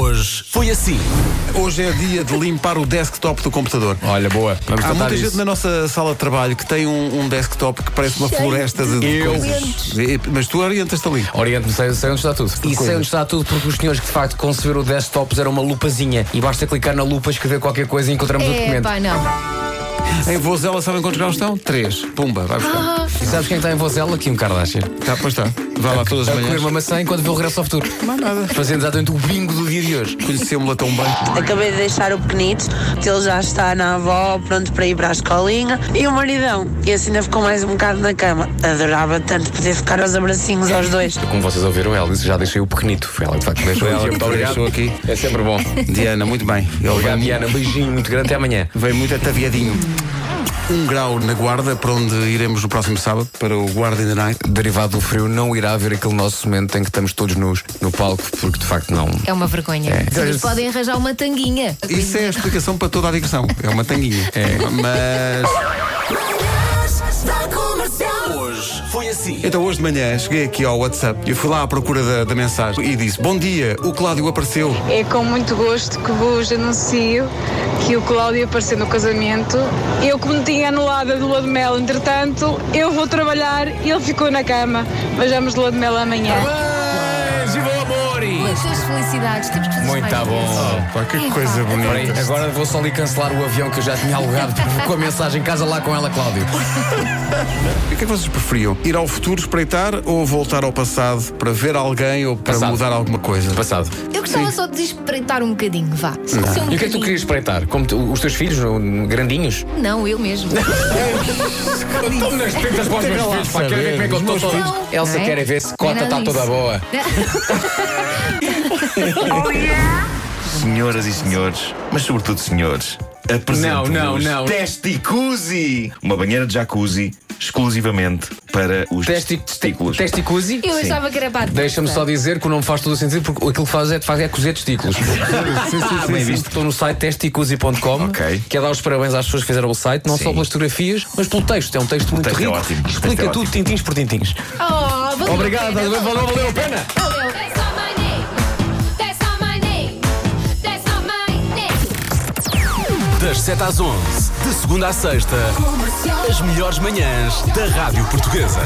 Hoje foi assim. Hoje é dia de limpar o desktop do computador. Olha, boa. Vamos Há tratar muita gente disso. na nossa sala de trabalho que tem um, um desktop que parece uma Cheio floresta de, de de coisas. E- Mas tu orientas-te ali. Oriente-me, sei, sei onde está tudo. E sei Coisas. onde está tudo, porque os senhores que de facto conceberam o desktop puseram uma lupazinha e basta clicar na lupa, escrever qualquer coisa e encontramos o É, documento. pá, não. Em Vozela, sabem quantos graus estão? Três. Pumba, vai buscar. E sabes quem está em vozela? Kim Kardashian. Tá, pois está. Vai lá todas A as comer manhãs. uma maçã enquanto vê o regresso ao futuro. Não há nada. Fazendo exatamente o bingo do dia de hoje. Conhecemos-la tão bem. Acabei de deixar o pequenito, que ele já está na avó, pronto para ir para a escolinha. E o maridão, que esse ainda ficou mais um bocado na cama. Adorava tanto poder ficar aos abracinhos aos dois. Como vocês ouviram, ela disse já deixei o pequenito. Foi ela, de facto, deixou ela. Muito obrigado. Deixou aqui. É sempre bom. Diana, muito bem. Ele Obrigado, vem- Diana. Beijinho muito grande. Até amanhã. Vem muito ataviadinho. Um grau na guarda, para onde iremos no próximo sábado, para o Guarda in the Night. Derivado do frio, não irá haver aquele nosso momento em que estamos todos nus no palco, porque de facto não. É uma vergonha. Vocês podem arranjar uma tanguinha. Isso é a explicação para toda a digressão. É uma tanguinha. Mas. Hoje foi assim. Então hoje de manhã cheguei aqui ao WhatsApp e fui lá à procura da, da mensagem e disse: Bom dia, o Cláudio apareceu. É com muito gosto que vos anuncio que o Cláudio apareceu no casamento. Eu, como tinha anulado a de lua de mel, entretanto, eu vou trabalhar e ele ficou na cama. Vejamos lua de mel amanhã. Viva o amor! Muitas felicidades. Temos que fazer Muito mais bom. vezes. Pá, que Ei, pá, coisa agora bonita. Peraí, agora vou só ali cancelar o avião que eu já tinha alugado porque com a mensagem casa lá com ela, Cláudio. O que é que vocês preferiam? Ir ao futuro espreitar ou voltar ao passado para ver alguém ou para Passado. mudar alguma coisa? Passado. Eu gostava só de espreitar um bocadinho, vá. Só ser um E o que é que tu bocadinho. querias espreitar? Como tu- os teus filhos, um, grandinhos? Não, eu mesmo. Estou-me nas pintas para os meus filhos, pá. Quero ver como é que eu estou todo. Não, Elsa não é? quer é ver se Não é cota nada está toda disso. boa. Senhoras e senhores, mas sobretudo senhores, apresento-vos Não, não, não. Testicuzi! Uma banheira de jacuzzi exclusivamente para os Testi- testículos. Testicuzi? Eu achava que era para a Deixa-me testa. só dizer que o nome faz todo o sentido porque aquilo que faz é, de facto, é cozer testículos. Ah, Bem visto. Estou no site testicuzi.com. Ok. Quer é dar os parabéns às pessoas que fizeram o site, não Sim. só pelas fotografias, mas pelo texto. É um texto muito texto é rico. ótimo. que O texto Explica é tudo ótimo. tintins por tintins. Oh, valeu a Obrigado, pena, valeu, valeu, valeu a pena. valeu. That's not my name. That's not my name. That's not my name. Das 7 às 11, de segunda à sexta, as melhores manhãs da Rádio Portuguesa.